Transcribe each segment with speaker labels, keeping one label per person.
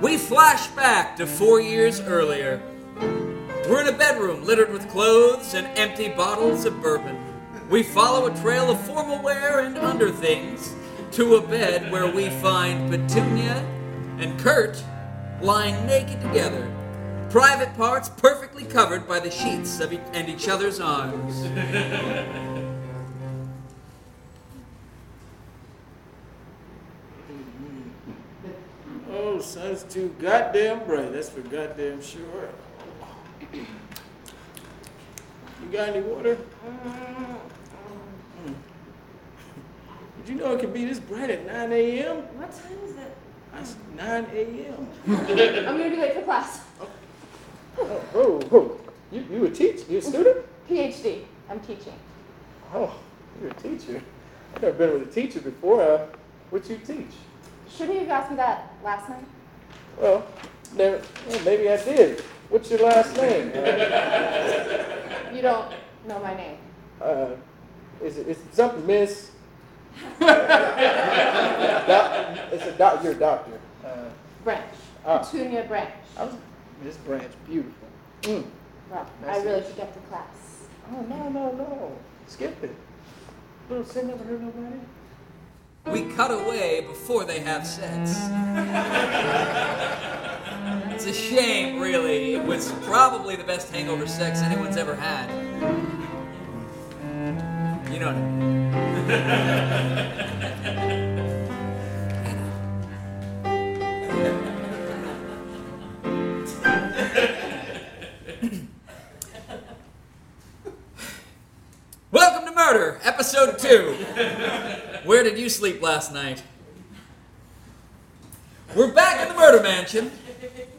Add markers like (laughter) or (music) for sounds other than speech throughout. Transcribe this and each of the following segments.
Speaker 1: We flash back to four years earlier. We're in a bedroom littered with clothes and empty bottles of bourbon. We follow a trail of formal wear and underthings to a bed where we find Petunia and Kurt lying naked together. Private parts perfectly covered by the sheets of e- and each other's arms.
Speaker 2: Oh, son's too goddamn bright. That's for goddamn sure. You got any water? Mm. Did you know it could be this bright at 9 a.m.?
Speaker 3: What time is it?
Speaker 2: That's 9 a.m.
Speaker 3: I'm gonna be late for class.
Speaker 2: Oh, oh, oh. You, you a teacher? You a student?
Speaker 3: PhD. I'm teaching.
Speaker 2: Oh, you're a teacher. I've never been with a teacher before. Uh, what you teach?
Speaker 3: Shouldn't you have asked me that last night?
Speaker 2: Well, never, well, maybe I did. What's your last name? (laughs) Uh,
Speaker 3: You don't know my name.
Speaker 2: uh, is it is it something (laughs) miss? doc, it's a doc. You're a doctor. Uh,
Speaker 3: Branch.
Speaker 2: Ah.
Speaker 3: Petunia Branch.
Speaker 2: I was Miss Branch, beautiful. Mm.
Speaker 3: Well,
Speaker 2: Nice
Speaker 3: I
Speaker 2: to
Speaker 3: really
Speaker 2: meet
Speaker 3: should get to class.
Speaker 2: Oh no no no! Skip it. Little Sim never heard nobody.
Speaker 1: We cut away before they have sex. it's a shame, really. It was probably the best hangover sex anyone's ever had. You know what I mean. (laughs) Welcome to Murder, Episode 2. Where did you sleep last night? We're back in the murder mansion.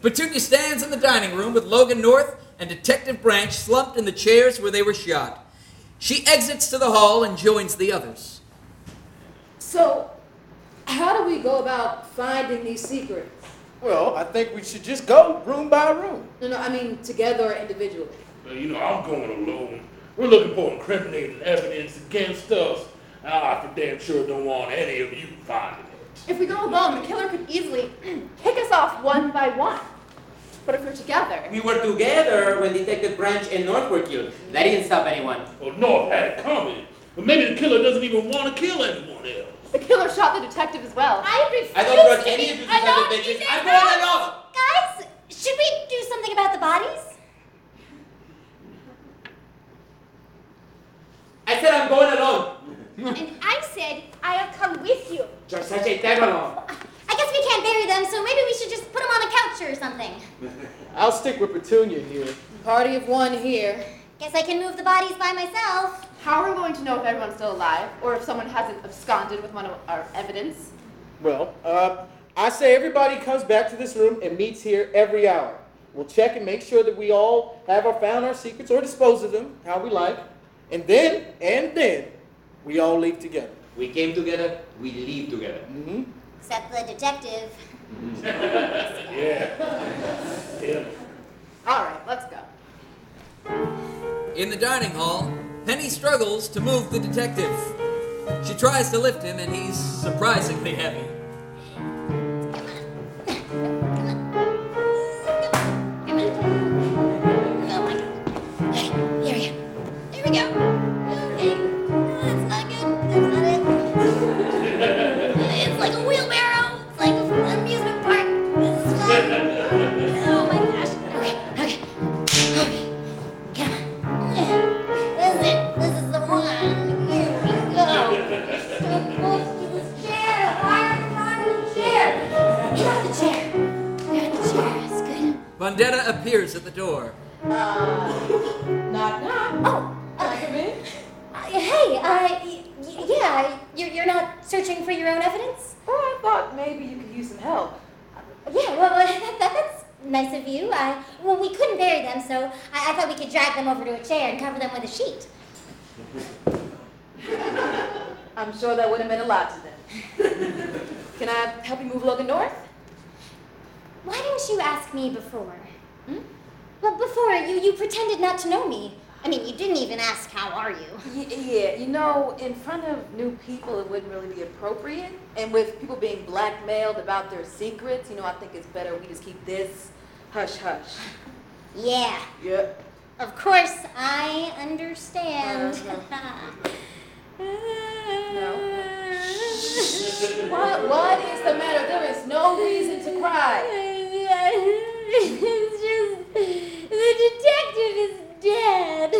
Speaker 1: Petunia stands in the dining room with Logan North and Detective Branch slumped in the chairs where they were shot. She exits to the hall and joins the others.
Speaker 4: So, how do we go about finding these secrets?
Speaker 2: Well, I think we should just go room by room.
Speaker 4: No, no, I mean together or individually.
Speaker 5: Well, you know, I'm going alone. We're looking for incriminating evidence against us. I for damn sure don't want any of you finding it.
Speaker 3: If we go alone, the killer could easily (clears throat) kick us off one by one. But if we're together,
Speaker 6: We were together when Detective Branch and North were killed. That didn't stop anyone.
Speaker 5: Well, North had it coming. But maybe the killer doesn't even want to kill anyone else.
Speaker 3: the killer shot the detective as well.
Speaker 7: I refuse
Speaker 6: I don't trust
Speaker 7: to
Speaker 6: any
Speaker 7: be
Speaker 6: of you
Speaker 7: alone
Speaker 6: sons of
Speaker 7: in
Speaker 6: bitches.
Speaker 7: this
Speaker 6: I'm
Speaker 7: house.
Speaker 6: going alone.
Speaker 7: Guys, should we do something about
Speaker 6: (laughs)
Speaker 7: the bodies?
Speaker 6: I said I'm going alone.
Speaker 7: and I said I'll come with you.
Speaker 6: You're such a devil.
Speaker 7: I guess we can't bury them, so maybe we should just put them on a couch or something.
Speaker 2: I'll stick with Petunia here.
Speaker 4: Party of one here.
Speaker 7: Guess I can move the bodies by myself.
Speaker 3: How are we going to know if everyone's still alive or if someone hasn't absconded with one of our evidence?
Speaker 2: Well, uh, I say everybody comes back to this room and meets here every hour. We'll check and make sure that we all have our found our secrets or dispose of them how we like, and then and then we all leave together.
Speaker 6: We came together. We leave together.
Speaker 7: Except the detective.
Speaker 5: Yeah. yeah.
Speaker 3: All right, let's go.
Speaker 1: In the dining hall, Penny struggles to move the detective. She tries to lift him, and he's surprisingly heavy.
Speaker 7: Come on. Oh my God. Here we go. There we go. Okay. That's not good. That's not it. It's like a wheelbarrow. It's like an amusement park. This is fun. Oh my gosh. Okay. Okay. Okay. Come on. This is it. This is the one. Here we go. So close to this chair. Why are you on the chair? Get off the chair. Get off the chair. It's good.
Speaker 1: Vendetta appears at the door.
Speaker 4: Uh, (laughs) Knock knock.
Speaker 7: Oh,
Speaker 4: Can I come in?
Speaker 7: uh, hey, uh, y- y- yeah, you're, you're not searching for your own evidence?
Speaker 3: Well, I thought maybe you could use some help.
Speaker 7: Yeah, well, (laughs) that, that's nice of you. I, well, we couldn't bury them, so I, I thought we could drag them over to a chair and cover them with a sheet.
Speaker 3: I'm sure that would have meant a lot to them.
Speaker 7: (laughs)
Speaker 3: Can I help you move Logan north?
Speaker 7: Why didn't you ask me before? Hmm? Well, before, you, you pretended not to know me. I mean, you didn't even ask, how are you?
Speaker 3: Y- Yeah, you know, in front of new people, it wouldn't really be appropriate. And with people being blackmailed about their secrets, you know, I think it's better we just keep this hush hush.
Speaker 7: Yeah,
Speaker 3: Yep.
Speaker 7: of course, I understand. (laughs)
Speaker 4: What, what is the matter? There is no reason to cry.
Speaker 7: it's just (laughs) the detective is dead.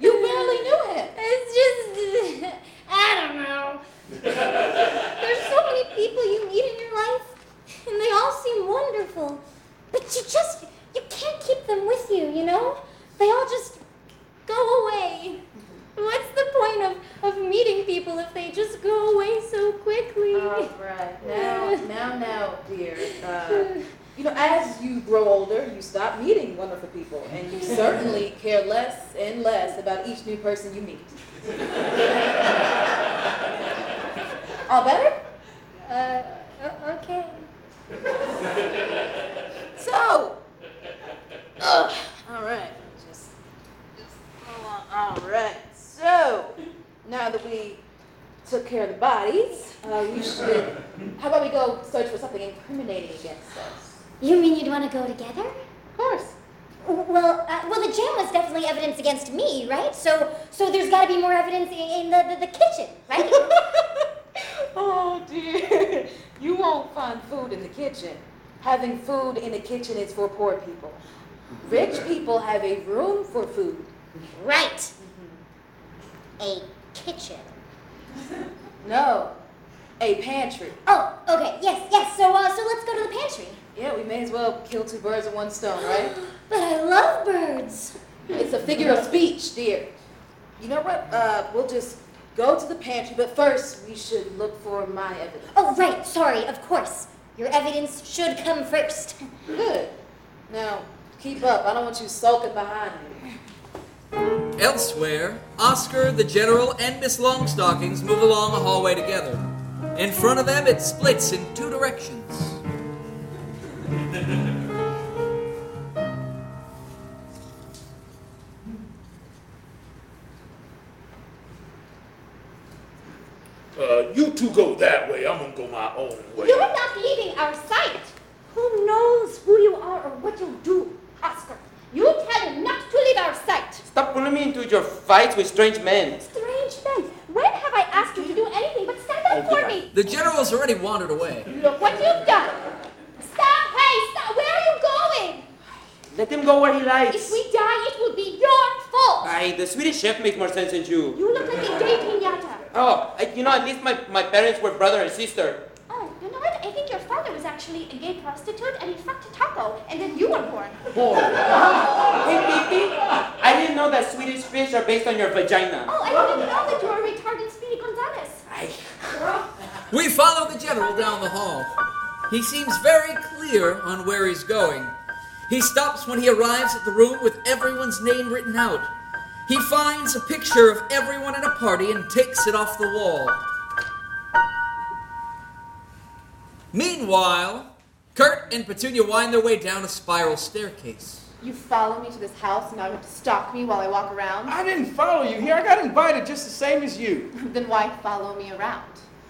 Speaker 4: You barely knew him.
Speaker 7: (laughs) It's just I don't know. There's so many people you meet in your life, and they all seem wonderful, but you just you can't keep them with you. You know, they all just go away. What's the point of, of meeting people if they just go away so quickly?
Speaker 4: Oh,
Speaker 3: All Oh, right. Now, now, now, dear.
Speaker 7: (laughs)
Speaker 3: Uh, you know, as you grow older, you stop meeting wonderful people, and you certainly care less and less about each new person you meet. All better?
Speaker 7: Uh, o- okay.
Speaker 3: So, ugh, all right, just, just hold on. all right. So, now that we took care of the bodies, uh, we should. How about we go search for something incriminating against us?
Speaker 7: You mean you'd want to go together?
Speaker 3: Of course.
Speaker 7: Well, uh, well, the jam was definitely evidence against me, right? So, so there's got to be more evidence in, in the, the the kitchen, right?
Speaker 3: Oh dear, (laughs) you won't find food in the kitchen. Having food in the kitchen is for poor people. Rich people have a room for food.
Speaker 7: right. A kitchen.
Speaker 3: No, a pantry.
Speaker 7: Oh, okay. Yes, yes. So, uh, so let's go to the pantry.
Speaker 3: Yeah, we may as well kill two birds with one stone, right?
Speaker 7: (gasps) But I love birds.
Speaker 3: It's a figure of speech, dear. You know what? Uh, we'll just go to the pantry, but first we should look for my evidence.
Speaker 7: Oh, right. Sorry. Of course, your evidence should come first.
Speaker 3: Good. Now, keep up. I don't want you sulking behind me.
Speaker 1: Elsewhere, Oscar, the General, and Miss Longstockings move along a hallway together. In front of them, it splits in two directions.
Speaker 5: Uh, you two go that way. I'm gonna go my own way.
Speaker 7: You're not leaving our sight. Who knows who you are or what you do, Oscar? You tell him not to leave our sight.
Speaker 6: Stop pulling me into your fights with strange men.
Speaker 7: Strange man, when have I asked you to do anything but stand up for me?
Speaker 1: The General's already wandered away.
Speaker 7: Look what you've done! Stop! Hey, stop! Where are you going?
Speaker 6: Let him go where he
Speaker 7: If
Speaker 6: likes.
Speaker 7: we die, it will be your fault!
Speaker 6: Aye, the Swedish chef makes more sense than you.
Speaker 7: You look like a gay pinata.
Speaker 6: Oh, I, you know, at least my, my parents were brother and sister.
Speaker 7: Oh, you know what? I think your father was actually a gay prostitute and he fucked a taco and then you were born.
Speaker 6: Boy. (laughs) hey, Pippi, I didn't know that Swedish fish are based on your vagina.
Speaker 7: Oh, I didn't know that you were retarded Speedy Gonzales.
Speaker 6: Aye.
Speaker 1: We follow the General down the hall. He seems very clear on where he's going. He stops when he arrives at the room with everyone's name written out. He finds a picture of everyone in a party and takes it off the wall. Meanwhile, Kurt and Petunia wind their way down a spiral staircase.
Speaker 3: You follow me to this house, and now you have to stalk me while I walk around? (laughs)
Speaker 2: I didn't follow you here. I got invited just the same as you.
Speaker 3: then why follow me around?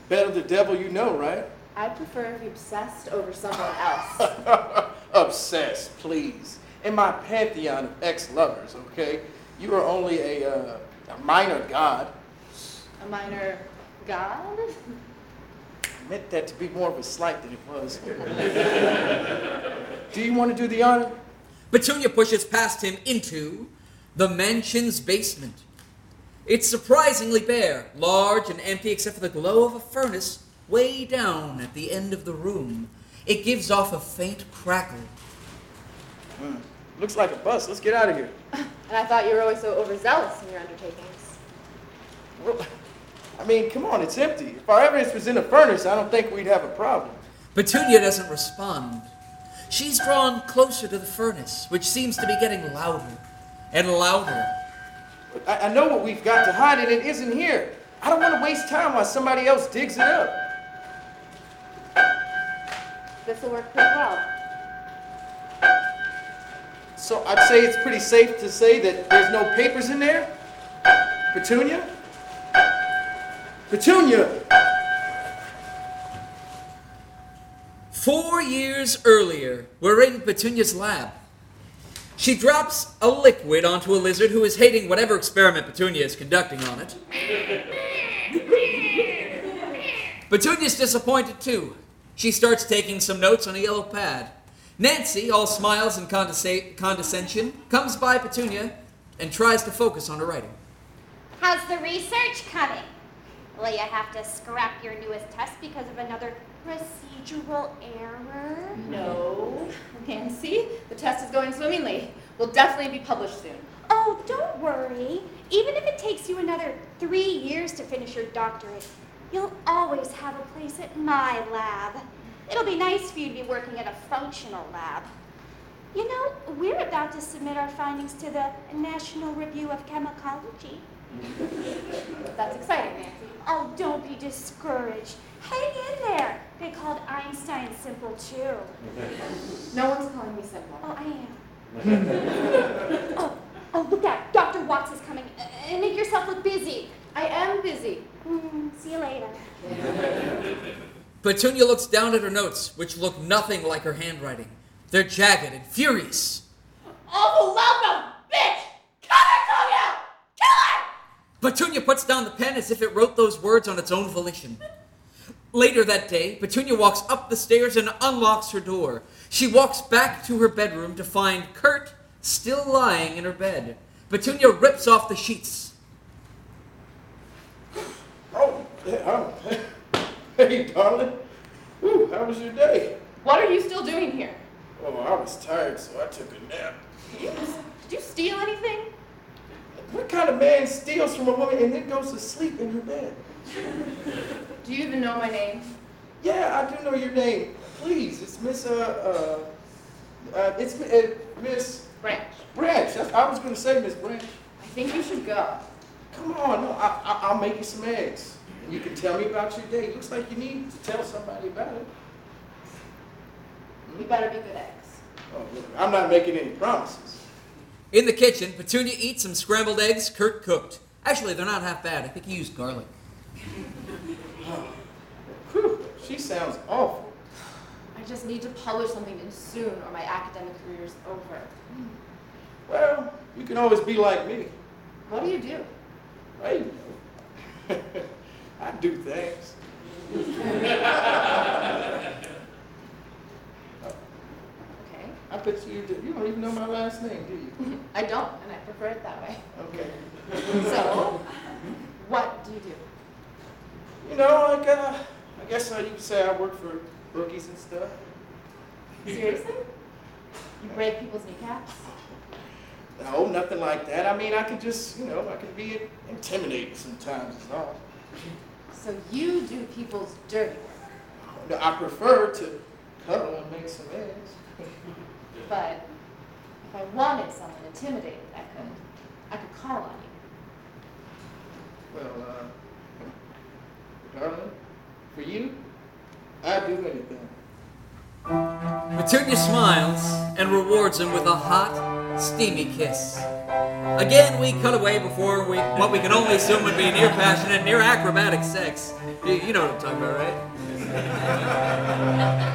Speaker 2: Better the devil you know, right? (laughs)
Speaker 3: I prefer if you obsessed over someone else.
Speaker 2: Obsessed, please. In my pantheon of ex-lovers, okay? You are only a, uh, a minor god.
Speaker 3: A minor god?
Speaker 2: I meant that to be more of a slight than it was. (laughs) do you want to do the honor?
Speaker 1: Petunia pushes past him into the mansion's basement. It's surprisingly bare, large and empty except for the glow of a furnace way down at the end of the room. It gives off a faint crackle.
Speaker 2: Looks like a bus. Let's get out of here.
Speaker 3: And I thought you were always so overzealous in your undertakings.
Speaker 2: Well, I mean, come on, it's empty. If our evidence was in a furnace, I don't think we'd have a problem.
Speaker 1: Petunia doesn't respond. She's drawn closer to the furnace, which seems to be getting louder and louder.
Speaker 2: But I, I know what we've got to hide, and it isn't here. I don't want to waste time while somebody else digs it up.
Speaker 3: This will work pretty well.
Speaker 2: So I'd say it's pretty safe to say that there's no papers in there? Petunia? Petunia!
Speaker 1: Four years earlier, we're in Petunia's lab. She drops a liquid onto a lizard who is hating whatever experiment Petunia is conducting on it. Petunia's disappointed too. She starts taking some notes on a yellow pad. Nancy, all smiles and condesa- condescension, comes by Petunia and tries to focus on her writing.
Speaker 7: How's the research coming? Will you have to scrap your newest test because of another procedural error?
Speaker 4: No, Nancy, the test is going swimmingly. We'll definitely be published soon.
Speaker 7: Oh, don't worry. Even if it takes you another three years to finish your doctorate, you'll always have a place at my lab. It'll be nice for you to be working at a functional lab. You know, we're about to submit our findings to the National Review of Chemicology.
Speaker 4: That's exciting, Nancy.
Speaker 7: Oh, don't be discouraged. Hang in there. They called Einstein simple too.
Speaker 4: No one's calling me simple.
Speaker 7: Oh, I am. oh, oh, look out. Dr. Watts is coming. Uh, And make yourself look busy.
Speaker 4: I am busy.
Speaker 7: Mm, see you later.
Speaker 1: Petunia looks down at her notes, which look nothing like her handwriting. They're jagged and furious.
Speaker 4: Awful loud mouth bitch! Come here, Tonya! Kill her!
Speaker 1: Petunia puts down the pen as if it wrote those words on its own volition. Later that day, Petunia walks up the stairs and unlocks her door. She walks back to her bedroom to find Kurt still lying in her bed. Petunia rips off the sheets.
Speaker 2: Oh, yeah, oh, (laughs) hey, darling. Whew, how was your day?
Speaker 4: What are you still doing here?
Speaker 2: Oh, I was tired, so I took a nap.
Speaker 4: Did you steal anything?
Speaker 2: What kind of man steals from a woman and then goes to sleep in her bed?
Speaker 4: Do you even know my name?
Speaker 2: Yeah, I do know your name. Please, it's Miss, uh, uh, uh it's uh, Miss
Speaker 4: Branch.
Speaker 2: Branch. That's, I was going to say Miss Branch.
Speaker 4: I think you should go.
Speaker 2: Come on, no, I, I, I'll make you some eggs. You can tell me about your day. Looks like you need to tell somebody about it.
Speaker 4: You better be good eggs.
Speaker 2: Oh, look, I'm not making any promises.
Speaker 1: In the kitchen, Petunia eats some scrambled eggs Kurt cooked. Actually, they're not half bad. I think he used garlic.
Speaker 2: Whew, she sounds awful.
Speaker 4: I just need to publish something soon or my academic career's over.
Speaker 2: Well, you can always be like me.
Speaker 4: What do you do?
Speaker 2: Hey, (laughs) you know. I do things.
Speaker 4: Okay.
Speaker 2: I bet you do. You don't even know my last name, do
Speaker 4: (laughs)
Speaker 2: you?
Speaker 4: I don't, and I prefer it that way.
Speaker 2: Okay.
Speaker 7: (laughs)
Speaker 4: So, what do you do?
Speaker 2: You know, like, uh, I guess uh, you could say I work for rookies and stuff.
Speaker 4: Seriously? You break people's kneecaps?
Speaker 2: No, nothing like that. I mean, I could just, you know, I could be intimidating sometimes is all.
Speaker 4: So you do people's dirty work,
Speaker 2: No, I prefer to cuddle and make some eggs.
Speaker 4: but if I wanted someone intimidated, I could. I could call on you.
Speaker 2: Well, uh, darling, for you, I'd do anything.
Speaker 1: Petunia smiles and rewards him with a hot, steamy kiss. Again, we cut away before we what we can only assume would be near passionate, near acrobatic sex. You, you know what I'm talking about, right?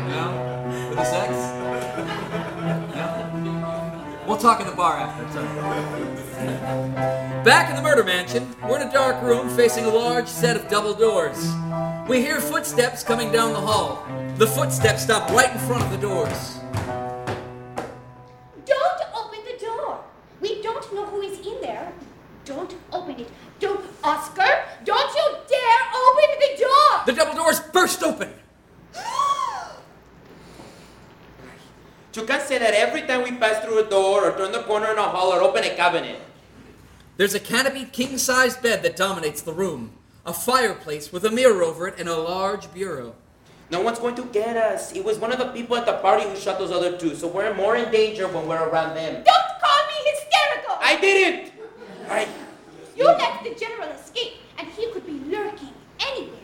Speaker 1: no? With the sex? No? We'll talk in the bar after. it's okay. Back in the murder mansion, we're in a dark room facing a large set of double doors. We hear footsteps coming down the hall. The footsteps stop right in front of the doors.
Speaker 7: Don't open the door. We don't know who is in there. Don't open it. Don't, Oscar, don't you dare open the door.
Speaker 1: The double doors burst open.
Speaker 6: You can say that every time we pass through a door or turn the corner in a hall or open a cabinet.
Speaker 1: There's a canopied king-sized bed that dominates the room, a fireplace with a mirror over it, and a large bureau.
Speaker 6: No one's going to get us. It was one of the people at the party who shot those other two, so we're more in danger when we're around them.
Speaker 7: (gasps) Don't call me hysterical.
Speaker 6: I didn't! I.
Speaker 7: You let the general escape, and he could be lurking anywhere.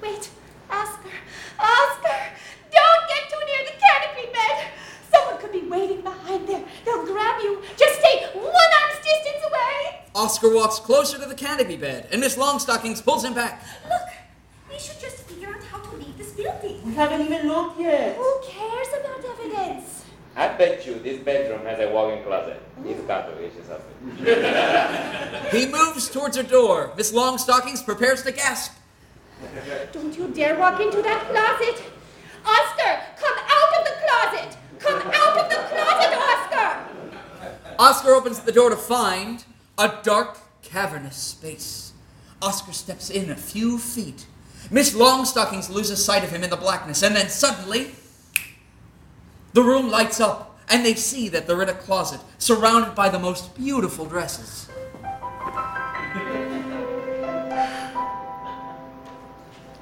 Speaker 7: Wait, Oscar, Oscar, don't get too near the canopy bed. Someone could be waiting behind there. They'll grab you
Speaker 1: Oscar walks closer to the canopy bed, and Miss Longstockings pulls him back.
Speaker 7: Look, we should just figure out how to leave this building.
Speaker 2: We haven't even looked yet.
Speaker 7: Who cares about evidence?
Speaker 6: I bet you this bedroom has a walk-in closet. It's got to be just something.
Speaker 1: He moves towards a door. Miss Longstockings prepares to gasp.
Speaker 7: Don't you dare walk into that closet! Oscar, come out of the closet! Come out of the closet, Oscar!
Speaker 1: Oscar opens the door to find a dark, cavernous space. Oscar steps in a few feet. Miss Longstockings loses sight of him in the blackness, and then suddenly, the room lights up, and they see that they're in a closet surrounded by the most beautiful dresses.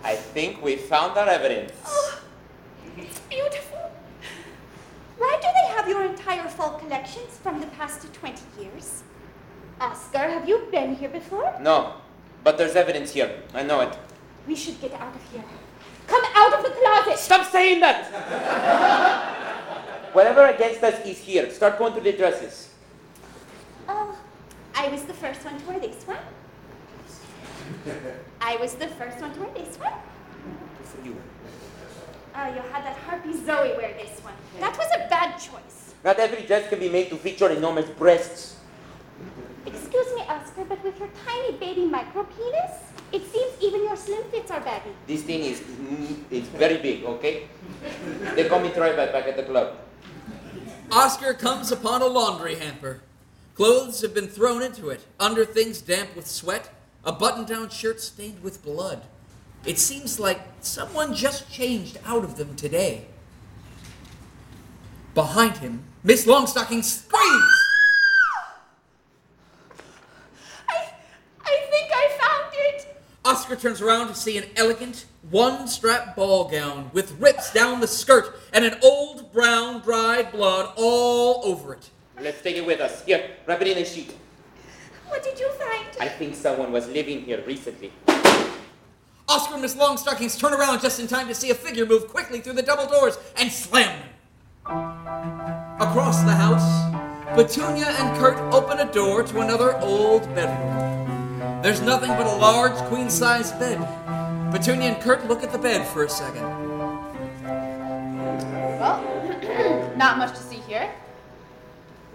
Speaker 6: I think we found our evidence.
Speaker 7: It's beautiful. Why do they have your entire fall collections from the past 20 years? Oscar, have you been here before?
Speaker 6: No, but there's evidence here. I know it.
Speaker 7: We should get out of here. Come out of the closet!
Speaker 6: Stop saying that! (laughs) Whatever against us is here. Start going to the dresses.
Speaker 7: Oh, I was the first one to wear this one. I was the first one to wear this one. Oh, you had that harpy Zoe wear this one. That was a bad choice.
Speaker 6: Not every dress can be made to fit your enormous breasts.
Speaker 7: Excuse me, Oscar, but with your tiny baby micro penis, it seems even your slim fits are baggy.
Speaker 6: This thing is mm, it's very big, okay? They call me Troy back back at the club.
Speaker 1: Oscar comes upon a laundry hamper. Clothes have been thrown into it, under things damp with sweat, a button down shirt stained with blood. It seems like someone just changed out of them today. Behind him, Miss Longstocking screams!
Speaker 7: I, I think I found it.
Speaker 1: Oscar turns around to see an elegant, one strap ball gown with rips down the skirt and an old brown dried blood all over it.
Speaker 6: Let's take it with us. Here, wrap it in a sheet.
Speaker 7: What did you find?
Speaker 6: I think someone was living here recently.
Speaker 1: Oscar and Miss Longstockings turn around just in time to see a figure move quickly through the double doors and slam them. Across the house, Petunia and Kurt open a door to another old bedroom. There's nothing but a large queen sized bed. Petunia and Kurt look at the bed for a second.
Speaker 8: Well,
Speaker 4: (clears throat)
Speaker 8: not much to see here.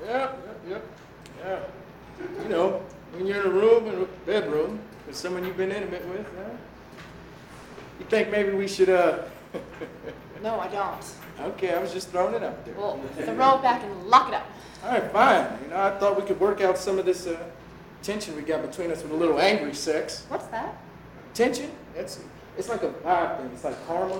Speaker 2: Yep, yep, yep, yep. You know, when you're in a room, in a bedroom, with someone you've been intimate with, huh? you think maybe we should, uh, (laughs)
Speaker 8: No, I don't.
Speaker 2: okay, I was just throwing it out there.
Speaker 8: Well, throw it back and lock it up.
Speaker 2: All right, fine. You know, I thought we could work out some of this uh, tension we got between us with a little angry sex.
Speaker 8: What's that?
Speaker 2: Tension? It's, it's like a vibe thing. It's like karma.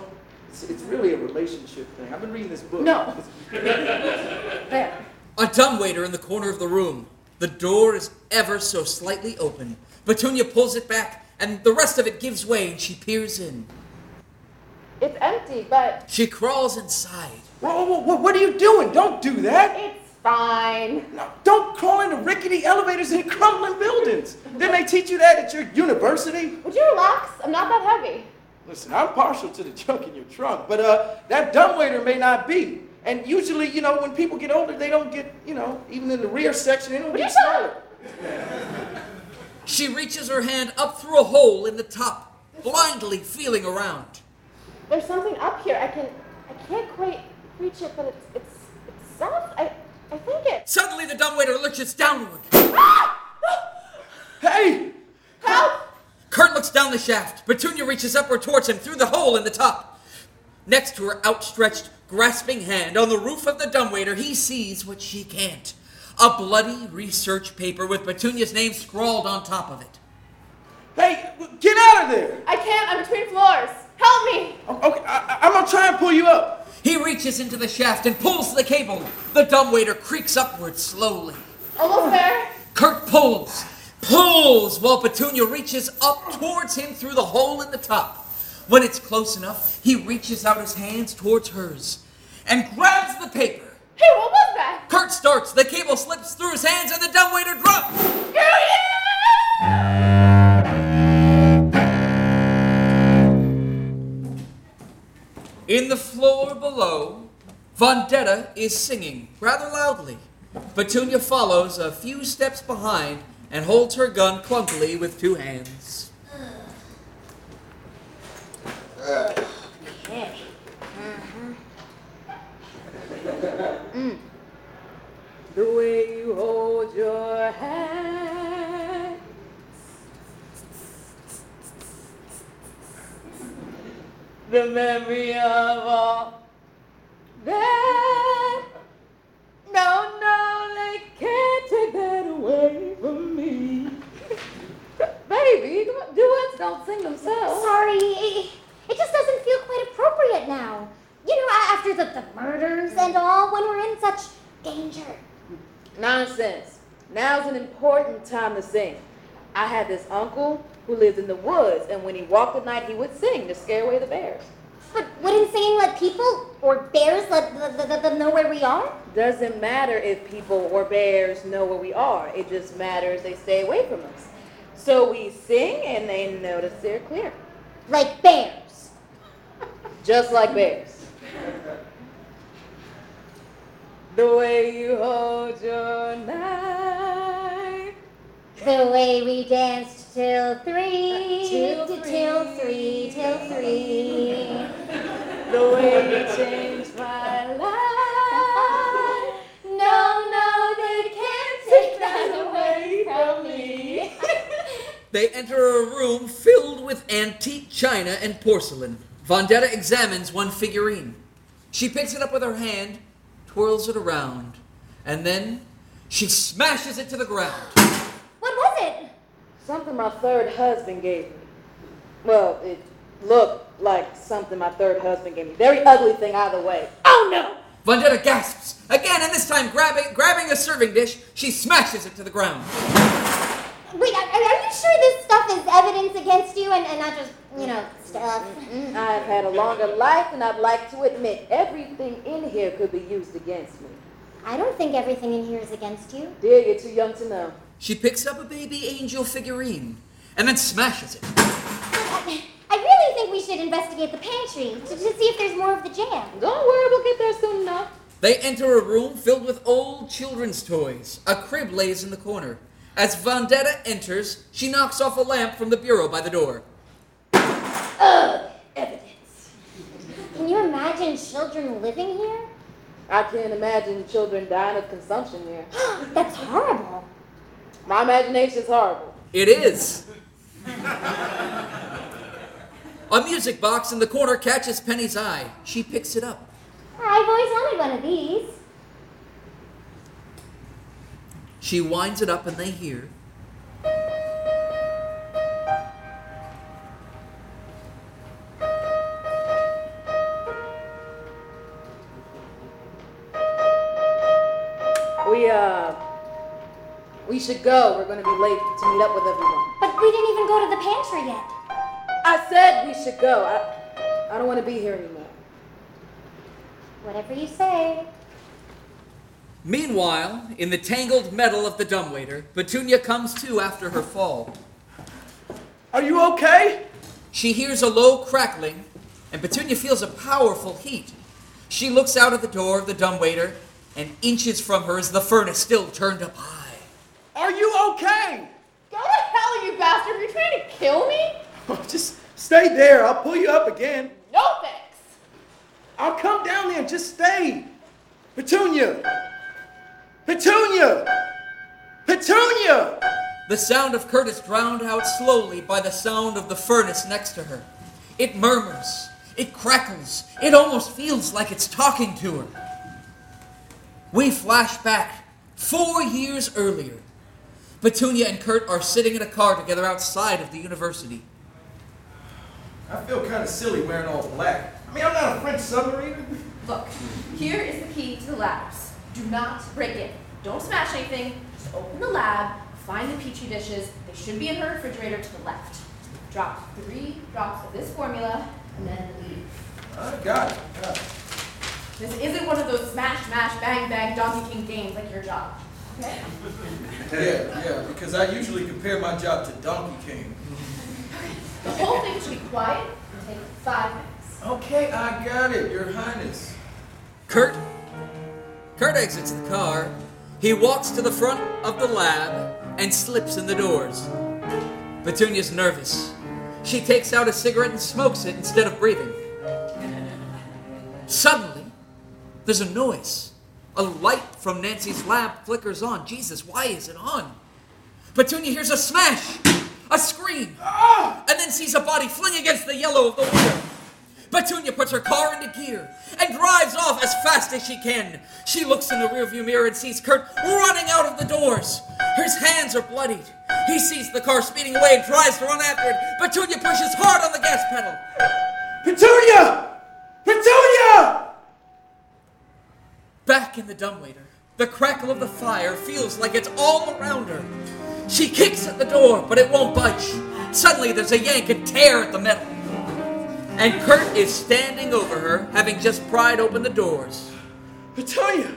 Speaker 2: It's, it's really a relationship thing. I've been reading this book.
Speaker 8: No. There.
Speaker 1: A dumbwaiter in the corner of the room. The door is ever so slightly open. Petunia pulls it back, and the rest of it gives way, and she peers in.
Speaker 4: It's empty, but
Speaker 1: She crawls inside.
Speaker 2: (laughs) Whoa, whoa, whoa, what are you doing? Don't do that.
Speaker 4: it's fine.
Speaker 2: No, don't crawl into rickety elevators and (laughs) crumbling buildings. Didn't they teach you that at your university?
Speaker 4: Would you relax? I'm not that heavy.
Speaker 2: Listen, I'm partial to the (laughs) junk in your trunk, but uh, that dumbwaiter may not be. And usually, you know, when people get older, they don't get, you know, even in the rear section, they don't get smaller.
Speaker 1: She reaches her hand up through a hole in the top, blindly feeling around.
Speaker 4: There's something up here. I can I can't quite reach it, but it's it's it's soft. I I think it.
Speaker 1: Suddenly, the dumbwaiter lurches downward.
Speaker 2: Hey!
Speaker 4: Help!
Speaker 1: Kurt looks down the shaft. Petunia reaches upward towards him through the hole in the top. Next to her outstretched, grasping hand on the roof of the dumbwaiter, he sees what she can't a bloody research paper with Petunia's name scrawled on top of it.
Speaker 2: Hey, w- get out of there!
Speaker 4: I can't. I'm between floors. Help me!
Speaker 2: O- Okay, I, I- I'm gonna try and pull you up.
Speaker 1: He reaches into the shaft and pulls the cable. The dumbwaiter creaks upward slowly.
Speaker 4: Almost there.
Speaker 1: Kurt pulls, pulls, while Petunia reaches up towards him through the hole in the top. When it's close enough, he reaches out his hands towards hers and grabs the paper.
Speaker 4: Hey, what was that?
Speaker 1: Kurt starts, the cable slips through his hands, and the dumbwaiter drops.
Speaker 4: Screw you!
Speaker 1: In the floor below, Vendetta is singing rather loudly. Petunia follows a few steps behind and holds her gun clunkily with two hands.
Speaker 3: Okay. Mm. The way you hold your hand. The memory of all that. No, no, they can't take that away from me. Baby, come on, do it. Don't sing themselves.
Speaker 7: Sorry, it it just doesn't feel quite appropriate now. You know, a- after the, the murders and all, when we're in such danger.
Speaker 3: Nonsense. Now's an important time to sing. I had this uncle who lived in the woods, and when he walked at night, he would sing to scare away the bears.
Speaker 7: But wouldn't singing let people or bears let, let, let, let them know where we are?
Speaker 3: Doesn't matter if people or bears know where we are, it just matters they stay away from us. So we sing, and they notice they're clear.
Speaker 7: Like bears.
Speaker 3: Just like bears. the way you hold your knife.
Speaker 7: The way we danced till three.
Speaker 3: Till
Speaker 7: t- Till three. Till three.
Speaker 3: The way you changed my life.
Speaker 7: No, no, they can't take that away from me.
Speaker 1: They enter a room filled with antique china and porcelain. Vendetta examines one figurine. She picks it up with her hand, twirls it around, and then she smashes it to the ground.
Speaker 7: What was it?
Speaker 3: Something my third husband gave me. Well, it looked like something my third husband gave me. Very ugly thing either way. Oh no!
Speaker 1: Vendetta gasps again, and this time grabbing grabbing a serving dish, she smashes it to the ground.
Speaker 7: Wait, are, are you sure this stuff is evidence against you and, and not just, you know, stuff?
Speaker 3: I've had a longer life than I'd like to admit. Everything in here could be used against me.
Speaker 7: I don't think everything in here is against you.
Speaker 3: Dear, you're too young to know.
Speaker 1: She picks up a baby angel figurine and then smashes it.
Speaker 7: I, I really think we should investigate the pantry to, to see if there's more of the jam.
Speaker 3: Don't worry, we'll get there soon enough.
Speaker 1: They enter a room filled with old children's toys. A crib lays in the corner. As Vendetta enters, she knocks off a lamp from the bureau by the door.
Speaker 7: Ugh, evidence. Can you imagine children living here?
Speaker 3: I can't imagine children dying of consumption here.
Speaker 7: (gasps) That's horrible.
Speaker 3: My imagination's horrible.
Speaker 1: It is. (laughs) a music box in the corner catches Penny's eye. She picks it up.
Speaker 7: I've always wanted one of these.
Speaker 1: She winds it up and they hear.
Speaker 3: We, uh, we should go. We're gonna be late to meet up with everyone.
Speaker 7: But we didn't even go to the pantry yet.
Speaker 3: I said we should go. I, I don't want to be here anymore.
Speaker 7: Whatever you say.
Speaker 1: Meanwhile, in the tangled metal of the dumbwaiter, Petunia comes to after her fall.
Speaker 2: Are you okay?
Speaker 1: She hears a low crackling, and Petunia feels a powerful heat. She looks out at the door of the dumbwaiter, and inches from her is the furnace still turned up high.
Speaker 2: Are you okay? (laughs)
Speaker 3: Go to hell, you bastard! You're trying to kill me?
Speaker 2: Just stay there. I'll pull you up again.
Speaker 3: No thanks.
Speaker 2: I'll come down there. Just stay. Petunia. Petunia. Petunia.
Speaker 1: The sound of Curtis drowned out slowly by the sound of the furnace next to her. It murmurs, it crackles, it almost feels like it's talking to her. We flash back four years earlier. Petunia and Kurt are sitting in a car together outside of the university.
Speaker 9: I feel kind of silly wearing all black. I mean, I'm not a French submariner.
Speaker 10: Look, here is the key to the labs. Do not break in. Don't smash anything. Just open the lab, find the petri dishes. They should be in her refrigerator to the left. Drop three drops of this formula and then leave.
Speaker 9: I got it. Got it.
Speaker 10: This isn't one of those smash, smash, bang, bang, Donkey King games like your job. Okay?
Speaker 9: Yeah, yeah, because I usually compare my job to Donkey King.
Speaker 10: The whole thing should be quiet and take five minutes.
Speaker 9: Okay, I got it, Your Highness.
Speaker 1: Kurt Kurt exits the car. He walks to the front of the lab and slips in the doors. Petunia's nervous. She takes out a cigarette and smokes it instead of breathing. Suddenly, there's a noise. A light from Nancy's lab flickers on. Jesus, why is it on? Petunia hears a smash, a scream, and then sees a body fling against the yellow of the water. Petunia puts her car into gear and drives off as fast as she can. She looks in the rearview mirror and sees Kurt running out of the doors. His hands are bloodied. He sees the car speeding away and tries to run after it. Petunia pushes hard on the gas pedal.
Speaker 2: Petunia! Petunia!
Speaker 1: Back in the dumbwaiter, the crackle of the fire feels like it's all around her. She kicks at the door, but it won't budge. Suddenly, there's a yank and tear at the metal. And Kurt is standing over her, having just pried open the doors.
Speaker 2: Petunia!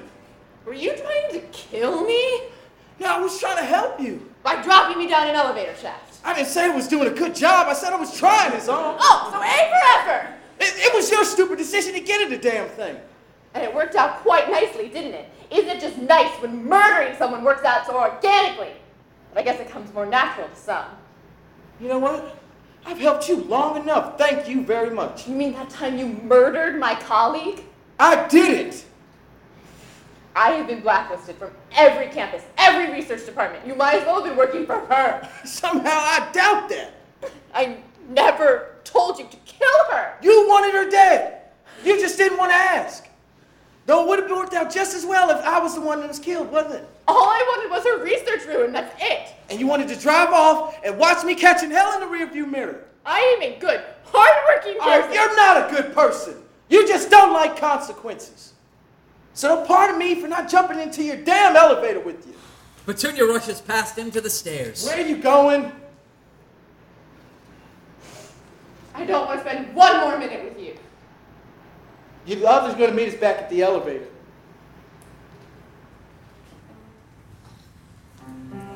Speaker 4: Were you trying to kill me?
Speaker 2: No, I was trying to help you.
Speaker 4: By dropping me down an elevator shaft.
Speaker 2: I didn't say I was doing a good job. I said I was trying, is all.
Speaker 4: Oh, so A for effort!
Speaker 2: It, it was your stupid decision to get in the damn thing.
Speaker 4: And it worked out quite nicely, didn't it? Isn't it just nice when murdering someone works out so organically? But I guess it comes more natural to some.
Speaker 2: You know what? I've helped you long enough. Thank you very much.
Speaker 4: You mean that time you murdered my colleague?
Speaker 2: I did it!
Speaker 4: I have been blacklisted from every campus, every research department. You might as well have been working for her.
Speaker 2: Somehow I doubt that.
Speaker 4: I never told you to kill her.
Speaker 2: You wanted her dead. You just didn't want to ask. Though it would have worked out just as well if I was the one that was killed, wasn't it?
Speaker 4: All I wanted was her research ruined. That's it.
Speaker 2: And you wanted to drive off and watch me catching hell in the rearview mirror.
Speaker 4: I am a good, hardworking person.
Speaker 2: Oh, you're not a good person. You just don't like consequences. So don't pardon me for not jumping into your damn elevator with you.
Speaker 1: Petunia rushes past him to the stairs.
Speaker 2: Where are you going?
Speaker 4: I don't want to spend one more minute with you.
Speaker 2: The other's going to meet us back at the elevator.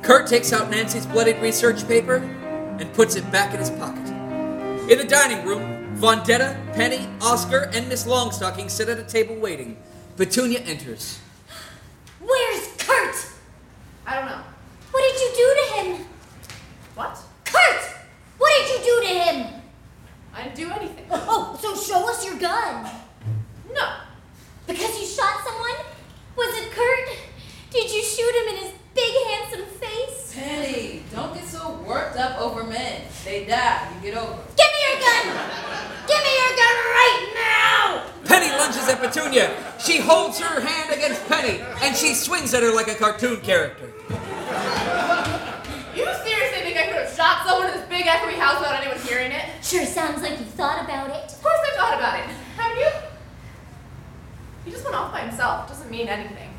Speaker 1: Kurt takes out Nancy's bloodied research paper and puts it back in his pocket. In the dining room, Vondetta, Penny, Oscar, and Miss Longstocking sit at a table waiting. Petunia enters.
Speaker 7: Where's Kurt?
Speaker 4: I don't know.
Speaker 7: What did you do to him?
Speaker 4: What?
Speaker 7: Kurt! What did you do to him?
Speaker 4: I didn't do
Speaker 10: (laughs)
Speaker 4: anything.
Speaker 7: Oh, so show us your gun.
Speaker 4: No.
Speaker 7: Because you shot someone? Was it Kurt? Did you shoot him in his big, handsome face?
Speaker 3: Penny, don't get so worked up over men. They die. You get over. it.
Speaker 7: Give me your gun! Give me your gun right now!
Speaker 1: Penny lunges at Petunia. She holds her hand against Penny and she swings at her like a cartoon character.
Speaker 4: You seriously think I could have shot someone in this big echoey house without anyone hearing it?
Speaker 7: Sure sounds like you thought about it.
Speaker 4: Of course I thought about it. Have you? He just went off by himself. Doesn't mean anything.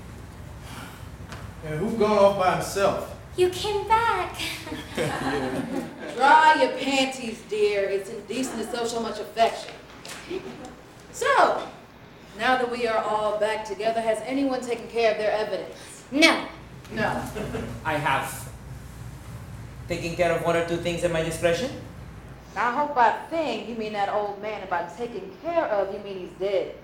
Speaker 11: And who gone off by himself?
Speaker 7: You came back.
Speaker 3: Dry your panties, dear. It's indecent to show so much affection. So, now that we are all back together, has anyone taken care of their evidence?
Speaker 7: No.
Speaker 3: No.
Speaker 6: I have taken care of one or two things at my discretion.
Speaker 3: I hope by thing you mean that old man. If I'm taken care of, you mean he's dead.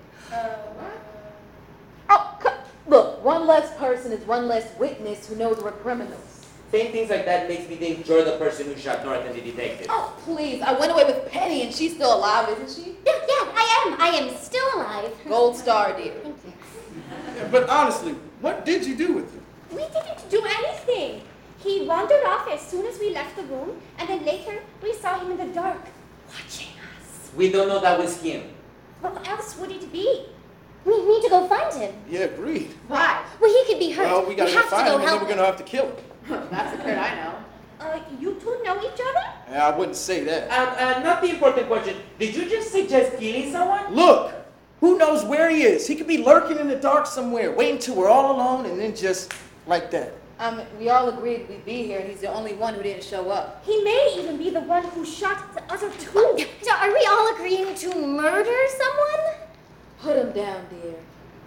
Speaker 3: Oh, c- look, one less person is one less witness who knows we're criminals.
Speaker 12: Saying things like that makes me think you're the person who shot North and the detective.
Speaker 3: Oh, please. I went away with Penny and she's still alive, isn't she?
Speaker 7: Yeah, yeah, I am. I am still alive.
Speaker 3: Gold star, dear.
Speaker 7: Thank you.
Speaker 2: Yeah, but honestly, what did you do with him?
Speaker 13: We didn't do anything. He wandered off as soon as we left the room, and then later we saw him in the dark, watching us.
Speaker 6: We don't know that was him.
Speaker 13: What else would it be?
Speaker 7: We need to go find him.
Speaker 2: Yeah, agreed.
Speaker 3: Why? (laughs)
Speaker 7: Well, he could be hurt.
Speaker 2: Well, we gotta
Speaker 7: have
Speaker 2: go find
Speaker 7: to go
Speaker 2: him, and then
Speaker 7: help
Speaker 2: we're gonna have to kill him.
Speaker 3: That's a Kurt I know.
Speaker 13: Uh, you two know each other?
Speaker 2: Yeah, I wouldn't say that.
Speaker 6: Um, uh, not the important question. Did you just suggest killing someone?
Speaker 2: Look, who knows where he is? He could be lurking in the dark somewhere, waiting till we're all alone, and then just like that.
Speaker 3: Um, we all agreed we'd be here, and he's the only one who didn't show up.
Speaker 13: He may even be the one who shot the other two.
Speaker 7: So are we all agreeing to murder someone?
Speaker 3: Put him down, dear.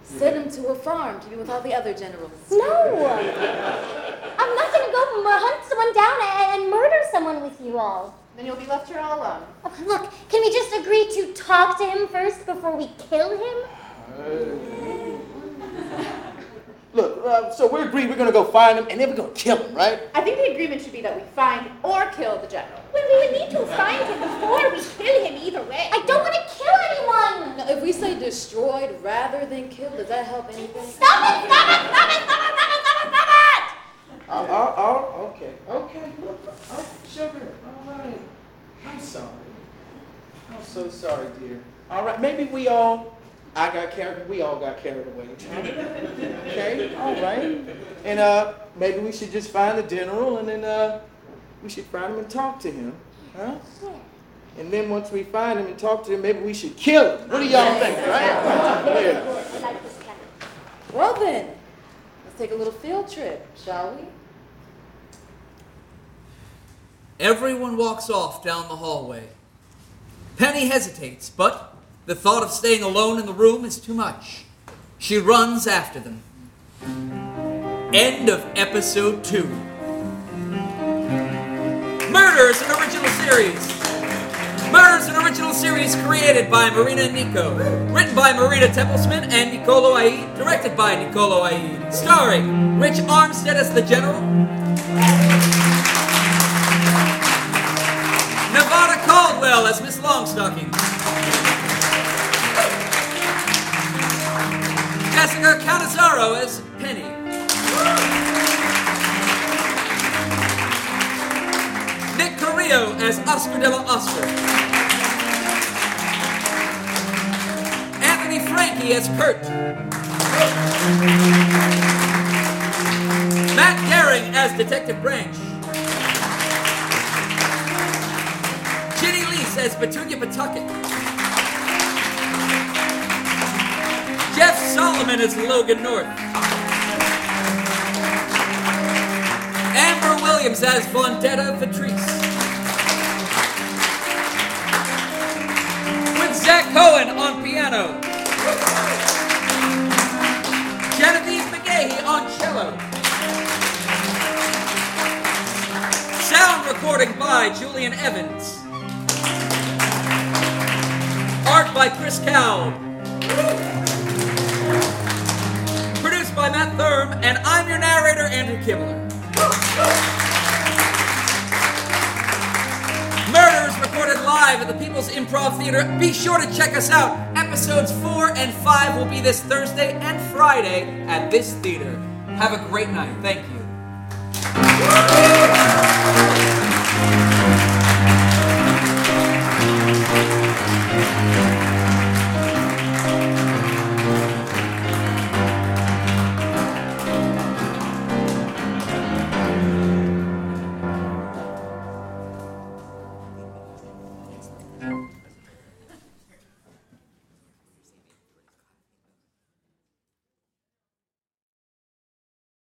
Speaker 3: Send him to a farm to be with all the other generals.
Speaker 7: No. I'm not going to go m- hunt someone down and, and murder someone with you all.
Speaker 4: Then you'll be left here all alone.
Speaker 7: Oh, Look, can we just agree to talk to him first before we kill him?
Speaker 2: Look, uh, uh, so we agree we're gonna go find him and then we're gonna kill him, right?
Speaker 4: I think the agreement should be that we find or kill the general.
Speaker 14: Well, we would need to find him before we kill him either way. I don't want to kill anyone!
Speaker 15: No, if we say destroyed rather than killed, does that help anything?
Speaker 14: Stop it! Stop it! Stop it! Stop it! Stop it! Stop it! Stop it!
Speaker 2: Oh, oh, oh, okay, okay. Oh, sugar, all right. I'm sorry. I'm so sorry, dear. All right, maybe we all, I got carried, we all got carried away. Okay, all right. And uh, maybe we should just find the general and then uh, we should find him and talk to him, huh? And then once we find him and talk to him, maybe we should kill him. What do y'all think, right? Yeah.
Speaker 14: I like this cat.
Speaker 15: Well then, let's take a little field trip, shall we?
Speaker 1: Everyone walks off down the hallway. Penny hesitates, but the thought of staying alone in the room is too much. She runs after them. End of episode two. Murder is an original series. Murder is an original series created by Marina and Nico. Written by Marina Templesman and Nicolo Aid. Directed by Nicolo Aid. Starring Rich Armstead as the General. Nevada Caldwell as Miss Longstocking. Jessica Canizaro as Penny. Nick Carrillo as Oscar de la Oscar. Anthony Frankie as Kurt. Matt Gehring as Detective Branch. Ginny Leese as Petunia Pawtucket. Jeff Solomon as Logan North. Amber Williams as Vendetta Patrice. With Zach Cohen on piano. Genevieve McGahey on cello. Sound recording by Julian Evans. Art by Chris Cowell. Produced by Matt Thurm, and I'm your narrator, Andrew Kibler. Murders recorded live at the People's Improv Theater. Be sure to check us out. Episodes 4 and 5 will be this Thursday and Friday at this theater. Have a great night. Thank you.